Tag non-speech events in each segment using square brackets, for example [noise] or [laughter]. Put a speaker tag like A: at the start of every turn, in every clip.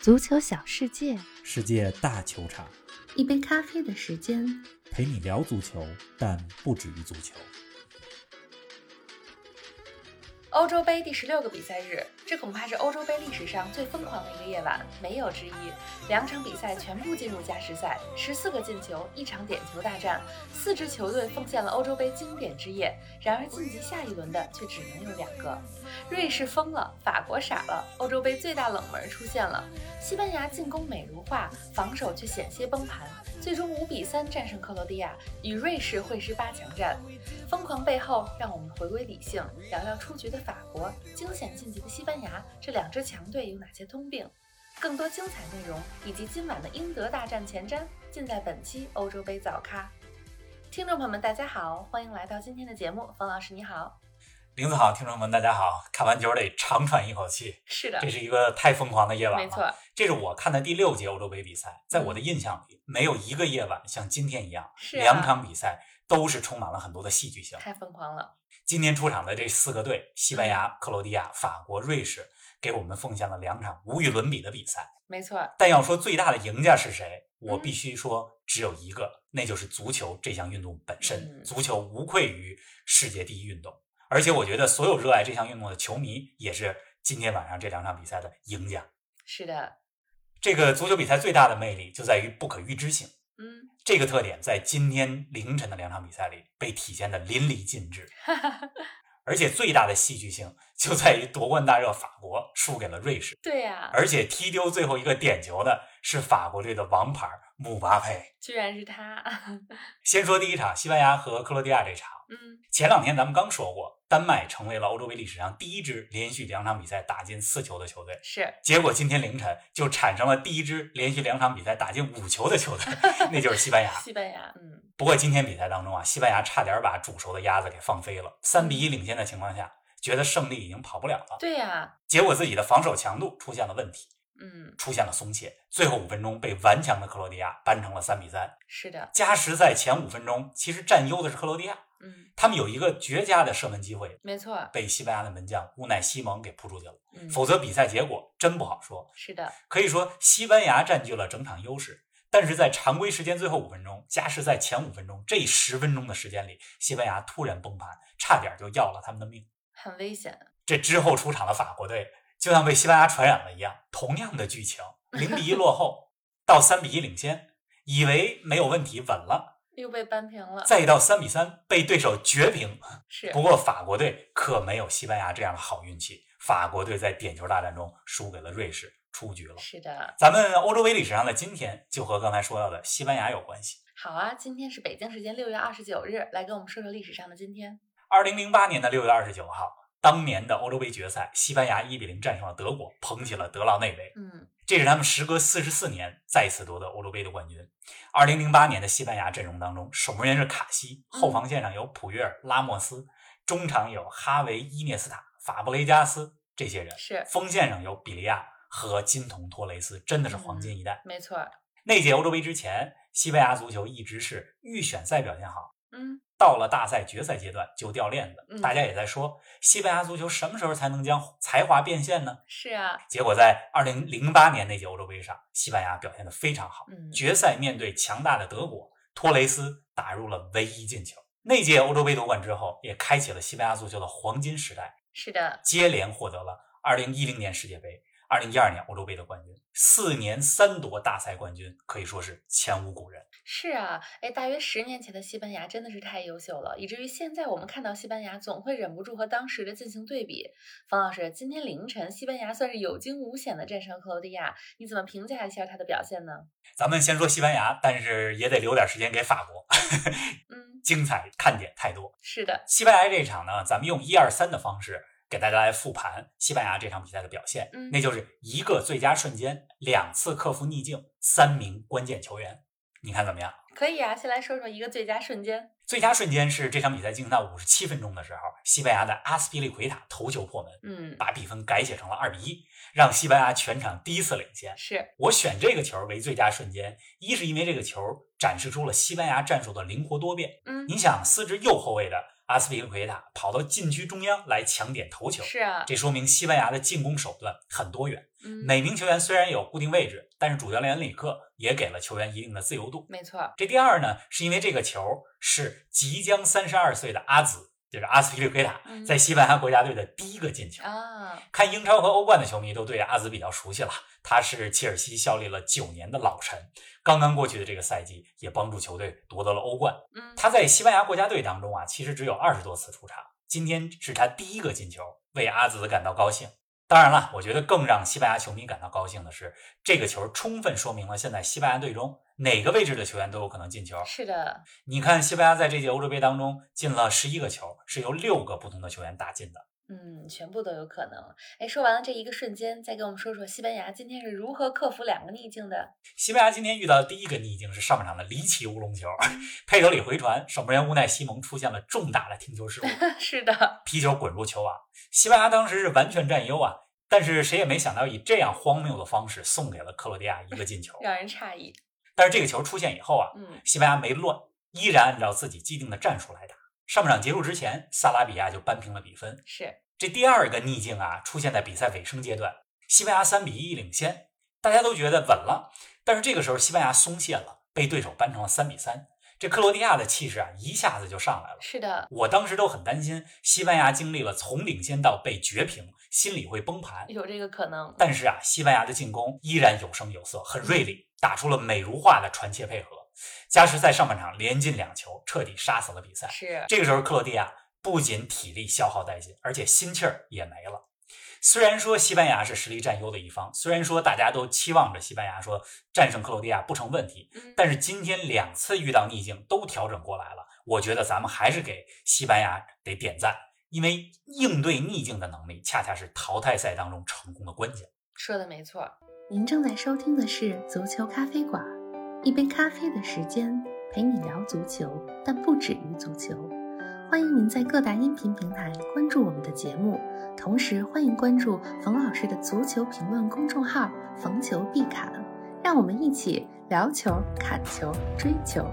A: 足球小世界，
B: 世界大球场，
A: 一杯咖啡的时间。
B: 陪你聊足球，但不止于足球。
C: 欧洲杯第十六个比赛日，这恐怕是欧洲杯历史上最疯狂的一个夜晚，没有之一。两场比赛全部进入加时赛，十四个进球，一场点球大战，四支球队奉献了欧洲杯经典之夜。然而晋级下一轮的却只能有两个。瑞士疯了，法国傻了，欧洲杯最大冷门出现了。西班牙进攻美如画，防守却险些崩盘，最终五比三战胜克罗地亚，与瑞士会师八强战。疯狂背后，让我们回归理性，聊聊出局的法国、惊险晋级的西班牙，这两支强队有哪些通病？更多精彩内容以及今晚的英德大战前瞻，尽在本期欧洲杯早咖。听众朋友们，大家好，欢迎来到今天的节目。冯老师，你好。
B: 林子好，听众们大家好，看完球得长喘一口气，
C: 是的，
B: 这是一个太疯狂的夜晚了。
C: 没错，
B: 这是我看的第六届欧洲杯比赛，在我的印象里，没有一个夜晚像今天一样，
C: 是啊
B: 两场比赛都是充满了很多的戏剧性。
C: 太疯狂了。
B: 今天出场的这四个队，西班牙、克罗地亚、法国、瑞士，给我们奉献了两场无与伦比的比赛。
C: 没错，
B: 但要说最大的赢家是谁，我
C: 嗯
B: 必须说只有一个，那就是足球这项运动本身。
C: 嗯
B: 足球无愧于世界第一运动，而且我觉得所有热爱这项运动的球迷也是今天晚上这两场比赛的赢家。
C: 是的，
B: 这个足球比赛最大的魅力就在于不可预知性，
C: 嗯， [laughs]
B: 这个特点在今天凌晨的两场比赛里被体现的淋漓尽致。而且最大的戏剧性就在于夺冠大热法国输给了瑞士，
C: 对呀、
B: 而且踢丢最后一个点球的是法国队的王牌姆巴佩。
C: 居然是他。 [laughs]
B: 先说第一场，西班牙和克罗地亚这场，
C: 嗯，
B: 前两天咱们刚说过，丹麦成为了欧洲杯历史上第一支连续两场比赛打进四球的球队。
C: 是
B: 结果今天凌晨就产生了第一支连续两场比赛打进五球的球队， [laughs] 那就是西班牙。
C: 西班牙。嗯，
B: 不过今天比赛当中啊，西班牙差点把煮熟的鸭子给放飞了，三比一领先的情况下，觉得胜利已经跑不了了，
C: 对呀、
B: 结果自己的防守强度出现了问题，
C: 嗯，
B: 出现了松懈，最后五分钟被顽强的克罗地亚扳成了三比三。
C: 是的，
B: 加时赛前五分钟，其实占优的是克罗地亚，
C: 嗯，
B: 他们有一个绝佳的射门机会。
C: 没错，
B: 被西班牙的门将乌奈西蒙给扑出去了，
C: 嗯，
B: 否则比赛结果真不好说。
C: 是的，
B: 可以说西班牙占据了整场优势。但是在常规时间最后五分钟，加时赛前五分钟，这十分钟的时间里，西班牙突然崩盘，差点就要了他们的命。
C: 很危险。
B: 这之后出场的法国队就像被西班牙传染了一样，同样的剧情，零比一落后，到三比一领先，以为没有问题，稳了，
C: 又被扳平了，
B: 再到三比三被对手绝平。
C: 是
B: 不过法国队可没有西班牙这样的好运气，法国队在点球大战中输给了瑞士，出局了。
C: 是的，
B: 咱们欧洲杯历史上的今天，就和刚才说到的西班牙有关系。
C: 好啊！今天是北京时间六月二十九日，来跟我们说说历史上的今天。
B: 二零零八年的六月二十九号，当年的欧洲杯决赛，西班牙一比零战胜了德国，捧起了德劳内杯，
C: 嗯，
B: 这是他们时隔四十四年再次夺得欧洲杯的冠军。二零零八年的西班牙阵容当中，守门员是卡西，
C: 嗯
B: 后防线上有普约尔、拉莫斯，中场有哈维、伊涅斯塔、法布雷加斯这些人，
C: 是
B: 锋线上有比利亚和金童托雷斯，真的是黄
C: 嗯
B: 金一代。
C: 没错。
B: 那届欧洲杯之前，西班牙足球一直是预选赛表现好，
C: 嗯，
B: 到了大赛决赛阶段就掉链子。
C: 嗯
B: 大家也在说，西班牙足球什么时候才能将才华变现呢？
C: 是啊，
B: 结果在2008年那届欧洲杯上，西班牙表现得非常好，
C: 嗯，
B: 决赛面对强大的德国，托雷斯打入了唯一进球。那届欧洲杯夺冠之后，也开启了西班牙足球的黄金时代，
C: 是的，
B: 接连获得了2010年世界杯、2012年欧洲杯的冠军，四年三夺大赛冠军，可以说是前无古人。
C: 是啊。哎，大约十年前的西班牙真的是太优秀了，以至于现在我们看到西班牙，总会忍不住和当时的进行对比。冯老师，今天凌晨西班牙算是有惊无险的战胜克罗地亚，你怎么评价一下他的表现呢？
B: 咱们先说西班牙，但是也得留点时间给法国， [laughs]
C: 嗯，
B: 精彩看点太多。
C: 是的，
B: 西班牙这场呢，咱们用一二三的方式给大家来复盘西班牙这场比赛的表现，
C: 嗯
B: 那就是一个最佳瞬间，两次克服逆境，三名关键球员，你看怎么样？
C: 可以啊。先来说说一个最佳瞬间。
B: 最佳瞬间是这场比赛进行到五十七分钟的时候，西班牙的阿斯皮利奎塔头球破门，
C: 嗯，
B: 把比分改写成了二比一，让西班牙全场第一次领先。
C: 是，
B: 我选这个球为最佳瞬间，一是因为这个球展示出了西班牙战术的灵活多变。
C: 嗯
B: 你，想，司职右后卫的阿斯皮利奎塔跑到禁区中央来抢点头球，
C: 是啊，
B: 这说明西班牙的进攻手段很多元。
C: 嗯，
B: 每名球员虽然有固定位置，但是主教练恩里克也给了球员一定的自由度。
C: 没错，
B: 这第二呢，是因为这个球是即将三十二岁的阿兹，就是阿斯皮利奎塔
C: 嗯
B: 在西班牙国家队的第一个进球。
C: 啊，
B: 看英超和欧冠的球迷都对阿兹比较熟悉了，他是切尔西效力了九年的老臣，刚刚过去的这个赛季也帮助球队夺得了欧冠。
C: 嗯，
B: 他在西班牙国家队当中啊，其实只有二十多次出场，今天是他第一个进球，为阿兹感到高兴。当然了，我觉得更让西班牙球迷感到高兴的是，这个球充分说明了现在西班牙队中哪个位置的球员都有可能进球。
C: 是的，
B: 你看，西班牙在这届欧洲杯当中进了十一个球，是由六个不同的球员打进的。
C: 嗯，全部都有可能。哎，说完了这一个瞬间，再给我们说说西班牙今天是如何克服两个逆境的？ [laughs]
B: 西班牙今天遇到的第一个逆境是上半场的离奇乌龙球， [laughs] 佩德里回传，守门员乌奈西蒙出现了重大的停球失误，
C: 是的，
B: 皮球滚入球网。西班牙当时是完全占优啊，但是谁也没想到以这样荒谬的方式送给了克罗地亚一个进球。
C: 让人诧异。
B: 但是这个球出现以后啊，
C: 嗯，
B: 西班牙没乱，依然按照自己既定的战术来打。上半场结束之前，萨拉比亚就扳平了比分，
C: 是，
B: 这第二个逆境啊，出现在比赛尾声阶段，西班牙三比一领先，大家都觉得稳了。但是这个时候，西班牙松懈了，被对手扳成了三比三。这克罗地亚的气势啊，一下子就上来了。
C: 是的，
B: 我当时都很担心，西班牙经历了从领先到被绝平，心里会崩盘。
C: 有这个可能。
B: 但是啊，西班牙的进攻依然有声有色，很锐利，打出了美如画的传切配合。加时赛上半场连进两球，彻底杀死了比赛。
C: 是，
B: 这个时候，克罗地亚不仅体力消耗殆尽，而且心气儿也没了。虽然说西班牙是实力占优的一方，虽然说大家都期望着西班牙说战胜克罗地亚不成问题，
C: 嗯，
B: 但是今天两次遇到逆境都调整过来了，我觉得咱们还是给西班牙得点赞，因为应对逆境的能力恰恰是淘汰赛当中成功的关键。
C: 说的没错。
A: 您正在收听的是《足球咖啡馆》，一杯咖啡的时间陪你聊足球，但不止于足球。欢迎您在各大音频平台关注我们的节目，同时欢迎关注冯老师的足球评论公众号“冯球必侃”，让我们一起聊球、砍球、追球。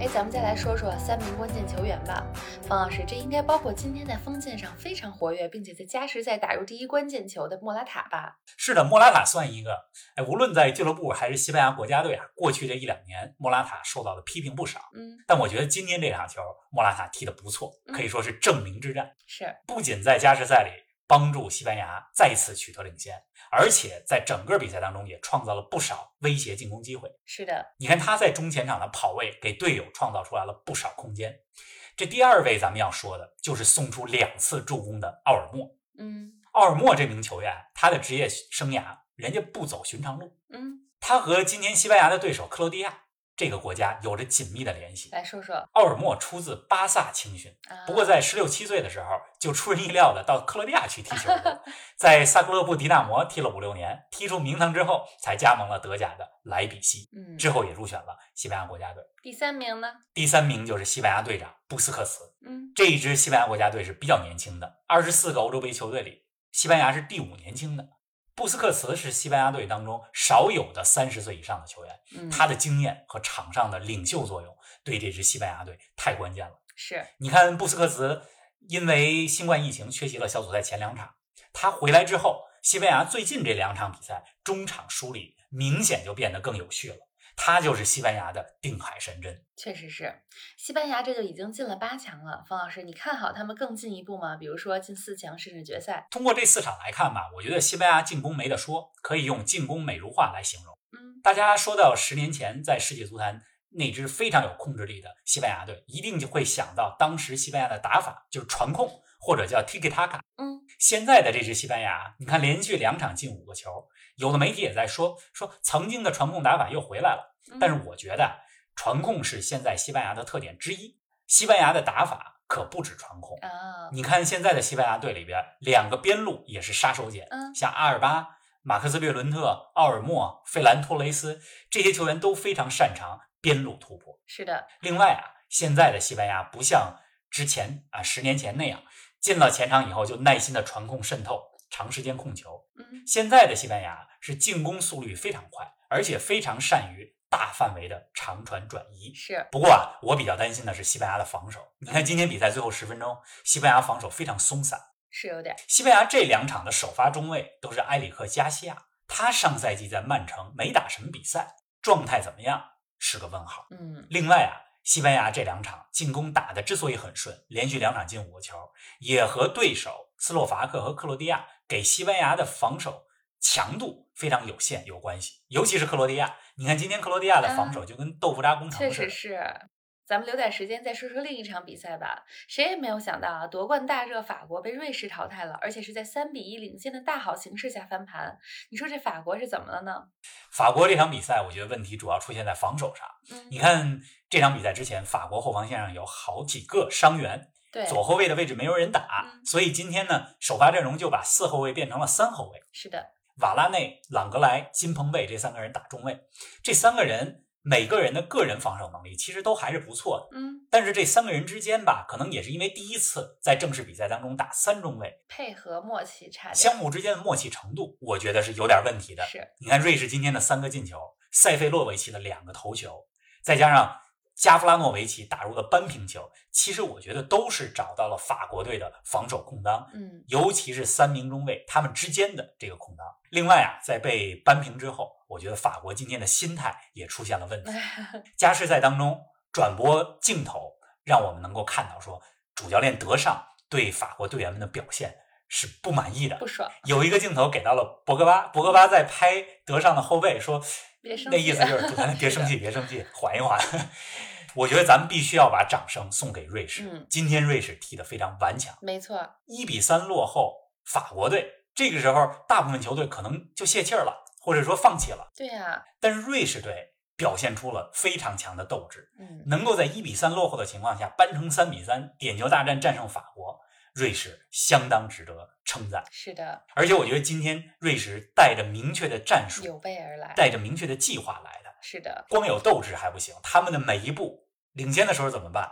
C: 哎，咱们再来说说三名关键球员吧。方老师，这应该包括今天在锋线上非常活跃，并且在加时赛打入第一关键球的莫拉塔吧？
B: 是的，莫拉塔算一个。哎，无论在俱乐部还是西班牙国家队啊，过去这一两年，莫拉塔受到的批评不少。
C: 嗯，
B: 但我觉得今天这场球，莫拉塔踢得不错，可以说是证明之战。
C: 是，
B: 不仅在加时赛里帮助西班牙再次取得领先，而且在整个比赛当中也创造了不少威胁进攻机会。
C: 是的，
B: 你看他在中前场的跑位，给队友创造出来了不少空间。这第二位咱们要说的就是送出两次助攻的奥尔默。
C: 嗯
B: 奥尔默这名球员，他的职业生涯人家不走寻常路，
C: 嗯，
B: 他和今天西班牙的对手克罗地亚这个国家有着紧密的联系。
C: 来说说
B: 奥尔默出自巴萨青训，
C: 啊。
B: 不过在十六七岁的时候，就出人意料的到克罗地亚去踢球了，在萨克勒布迪纳摩踢了五六年，踢出名堂之后，才加盟了德甲的莱比锡，
C: 嗯，
B: 之后也入选了西班牙国家队。
C: 第三名呢？
B: 第三名就是西班牙队长布斯克茨，
C: 嗯，
B: 这一支西班牙国家队是比较年轻的，二十四个欧洲杯球队里，西班牙是第五年轻的。布斯克茨是西班牙队当中少有的三十岁以上的球员，
C: 嗯
B: 他的经验和场上的领袖作用对这支西班牙队太关键了。
C: 是
B: 你看布斯克茨因为新冠疫情缺席了小组赛前两场，他回来之后，西班牙最近这两场比赛中场梳理明显就变得更有序了。他就是西班牙的定海神针。
C: 确实是，西班牙这就已经进了八强了。方老师，你看好他们更进一步吗？比如说进四强甚至决赛？
B: 通过这四场来看吧，我觉得西班牙进攻没得说，可以用进攻美如画来形容。
C: 嗯，
B: 大家说到十年前在世界足坛那支非常有控制力的西班牙队，一定就会想到当时西班牙的打法就是传控或者叫 tiki taka。
C: 嗯，
B: 现在的这支西班牙，你看连续两场进五个球，有的媒体也在说说曾经的传控打法又回来了，
C: 嗯
B: 但是我觉得啊传控是现在西班牙的特点之一。西班牙的打法可不止传控，
C: 啊，
B: 你看现在的西班牙队里边，两个边路也是杀手锏，
C: 嗯
B: 像阿尔巴、马克斯·略伦特、奥尔默、费兰托雷斯这些球员都非常擅长边路突破。
C: 是的，
B: 另外啊，现在的西班牙不像之前啊十年前那样，进了前场以后就耐心的传控渗透，长时间控球。
C: 嗯，
B: 现在的西班牙是进攻速率非常快，而且非常善于大范围的长传转移。
C: 是
B: 不过啊，我比较担心的是西班牙的防守。你看今天比赛最后十分钟，西班牙防守非常松散。
C: 是有点儿
B: 西班牙这两场的首发中卫都是埃里克·加西亚，他上赛季在曼城没打什么比赛，状态怎么样是个问号。
C: 嗯
B: 另外啊，西班牙这两场进攻打的之所以很顺，连续两场进五个球，也和对手斯洛伐克和克罗地亚给西班牙的防守强度非常有限有关系。尤其是克罗地亚，你看今天克罗地亚的防守就跟豆腐渣工
C: 嗯确
B: 厂似
C: 实
B: 的。
C: 是。咱们留点时间再说说另一场比赛吧。谁也没有想到啊，夺冠大热法国被瑞士淘汰了，而且是在三比一领先的大好形势下翻盘。你说这法国是怎么了呢？
B: 法国这场比赛，我觉得问题主要出现在防守上。你
C: 嗯，
B: 看这场比赛之前，法国后防线上有好几个伤员，
C: 对，
B: 左后卫的位置没有人打，
C: 嗯
B: 所以今天呢，首发阵容就把四后卫变成了三后卫。
C: 是的，
B: 瓦拉内、朗格莱、金彭贝这三个人打中卫，这三个人每个人的个人防守能力其实都还是不错的。
C: 嗯，
B: 但是这三个人之间吧，可能也是因为第一次在正式比赛当中打三中卫，
C: 配合默契差点儿，
B: 相互之间的默契程度，我觉得是有点问题的。
C: 是
B: 你看瑞士今天的三个进球，塞费洛维奇的两个头球，再加上加夫拉诺维奇打入的扳平球，其实我觉得都是找到了法国队的防守空当。
C: 嗯
B: 尤其是三名中卫他们之间的这个空档。另外啊，在被扳平之后，我觉得法国今天的心态也出现了问
C: [laughs]
B: 题。加时赛当中，转播镜头让我们能够看到说，主教练德尚对法国队员们的表现是不满意的
C: 不。爽，
B: 有一个镜头给到了博格巴，博格巴在拍德尚的后背说，
C: 别生
B: 那
C: 气，
B: 意思就是主教练
C: [laughs]
B: 别生气，别生气，缓一缓。 [laughs] 我觉得咱们必须要把掌声送给瑞士。
C: 嗯
B: 今天瑞士踢得非常顽强。
C: 没错，
B: 一比三落后法国队，这个时候大部分球队可能就泄气儿了，或者说放弃了。
C: 对啊呀、
B: 但是瑞士队表现出了非常强的斗志，
C: 嗯，
B: 能够在一比三落后的情况下扳成三比三，点球大战战胜法国，瑞士相当值得称赞。
C: 是的，
B: 而且我觉得今天瑞士带着明确的战术，
C: 有备而来，
B: 带着明确的计划来的，
C: 是的，
B: 光有斗志还不行，他们的每一步，领先的时候怎么办，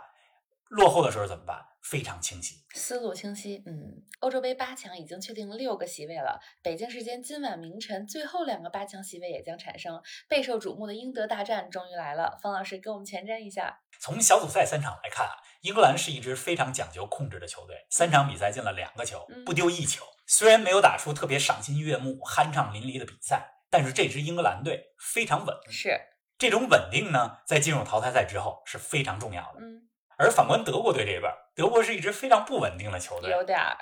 B: 落后的时候怎么办，非常清晰。
C: 思路清晰，嗯，欧洲杯八强已经确定六个席位了。北京时间今晚凌晨，最后两个八强席位也将产生。备受瞩目的英德大战终于来了，方老师给我们前瞻一下。
B: 从小组赛三场来看啊，英格兰是一支非常讲究控制的球队，三场比赛进了两个球
C: 嗯，
B: 不丢一球。虽然没有打出特别赏心悦目、酣畅淋漓的比赛，但是这支英格兰队非常稳。
C: 是，
B: 这种稳定呢，在进入淘汰赛之后是非常重要的。
C: 嗯，
B: 而反观德国队这边，德国是一支非常不稳定的球队。
C: 有点儿，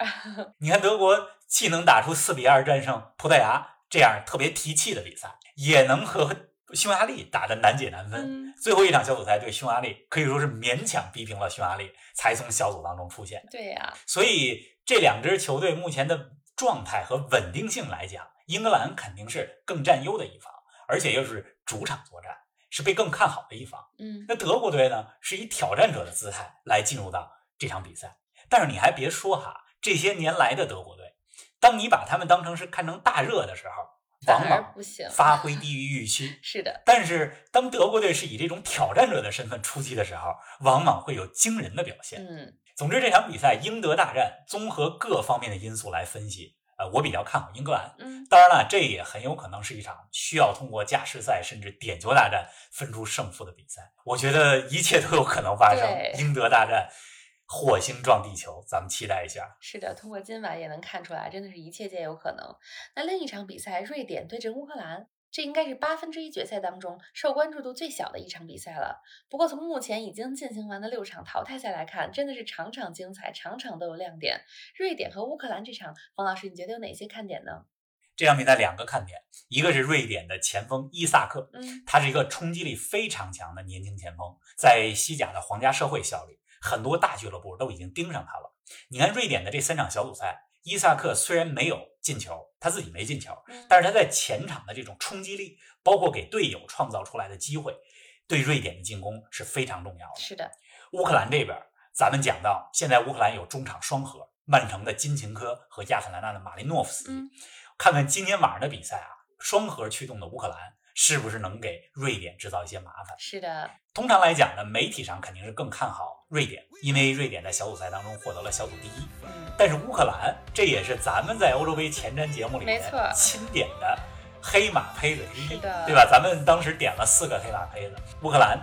B: 你看德国既能打出四比二战胜葡萄牙这样特别提气的比赛，也能和匈牙利打得难解难分。
C: 嗯，
B: 最后一场小组赛对匈牙利可以说是勉强逼平了匈牙利，才从小组当中出现。
C: [laughs] 对啊呀、
B: 所以这两支球队目前的状态和稳定性来讲，英格兰肯定是更占优的一方，而且又是主场作战，是被更看好的一方。
C: 嗯，
B: 那德国队呢，是以挑战者的姿态来进入到这场比赛。但是你还别说哈，这些年来的德国队，当你把他们当成是看成大热的时候，
C: 反
B: 往
C: 而
B: 往
C: 不行。
B: 发挥低于预期。
C: 是的，
B: 但是，当德国队是以这种挑战者的身份出击的时候，往往会有惊人的表现。
C: 嗯，
B: 总之，这场比赛英德大战，综合各方面的因素来分析，呃，我比较看好英格兰。
C: 嗯，
B: 当然了，这也很有可能是一场需要通过加时赛甚至点球大战分出胜负的比赛。我觉得一切都有可能发生
C: 对。
B: 英德大战，火星撞地球，咱们期待一下。
C: 是的，通过今晚也能看出来，真的是一切皆有可能。那另一场比赛，瑞典对阵乌克兰，这应该是八分之一决赛当中受关注度最小的一场比赛了。不过从目前已经进行完的六场淘汰赛来看，真的是场场精彩，场场都有亮点。瑞典和乌克兰这场，王老师你觉得有哪些看点呢？
B: 这场比赛两个看点，一个是瑞典的前锋伊萨克，
C: 嗯，
B: 他是一个冲击力非常强的年轻前锋，在西甲的皇家社会效力，很多大俱乐部都已经盯上他了。你看瑞典的这三场小组赛，伊萨克虽然没有进球，他自己没进球，
C: 嗯
B: 但是他在前场的这种冲击力，包括给队友创造出来的机会，对瑞典的进攻是非常重要的。
C: 是的，
B: 乌克兰这边，咱们讲到现在乌克兰有中场双核，曼城的金琴科和亚特兰大的马林诺夫斯基。
C: 嗯
B: 看看今天晚上的比赛啊，双核驱动的乌克兰是不是能给瑞典制造一些麻烦？
C: 是的，
B: 通常来讲呢，媒体上肯定是更看好瑞典，因为瑞典在小组赛当中获得了小组第一。
C: 嗯，
B: 但是乌克兰，这也是咱们在欧洲杯前瞻节目里面
C: 没错
B: 钦点的黑马胚子之一，
C: 是的
B: 对吧？咱们当时点了四个黑马胚子：乌克兰、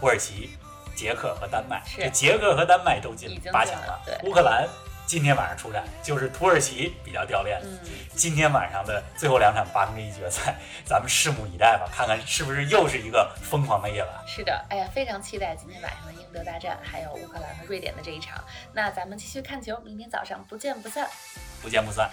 B: 土耳其、捷克和丹麦。
C: 是
B: 这捷克和丹麦都
C: 已
B: 进
C: 经
B: 八
C: 进
B: 强
C: 了对
B: 乌克兰今天晚上出战，就是土耳其比较掉链子。
C: 嗯，
B: 今天晚上的最后两场八分之一决赛，咱们拭目以待吧，看看是不是又是一个疯狂的夜晚。
C: 是的，哎呀，非常期待今天晚上的英德大战，还有乌克兰和瑞典的这一场。那咱们继续看球，明天早上不见不散。
B: 不见不散。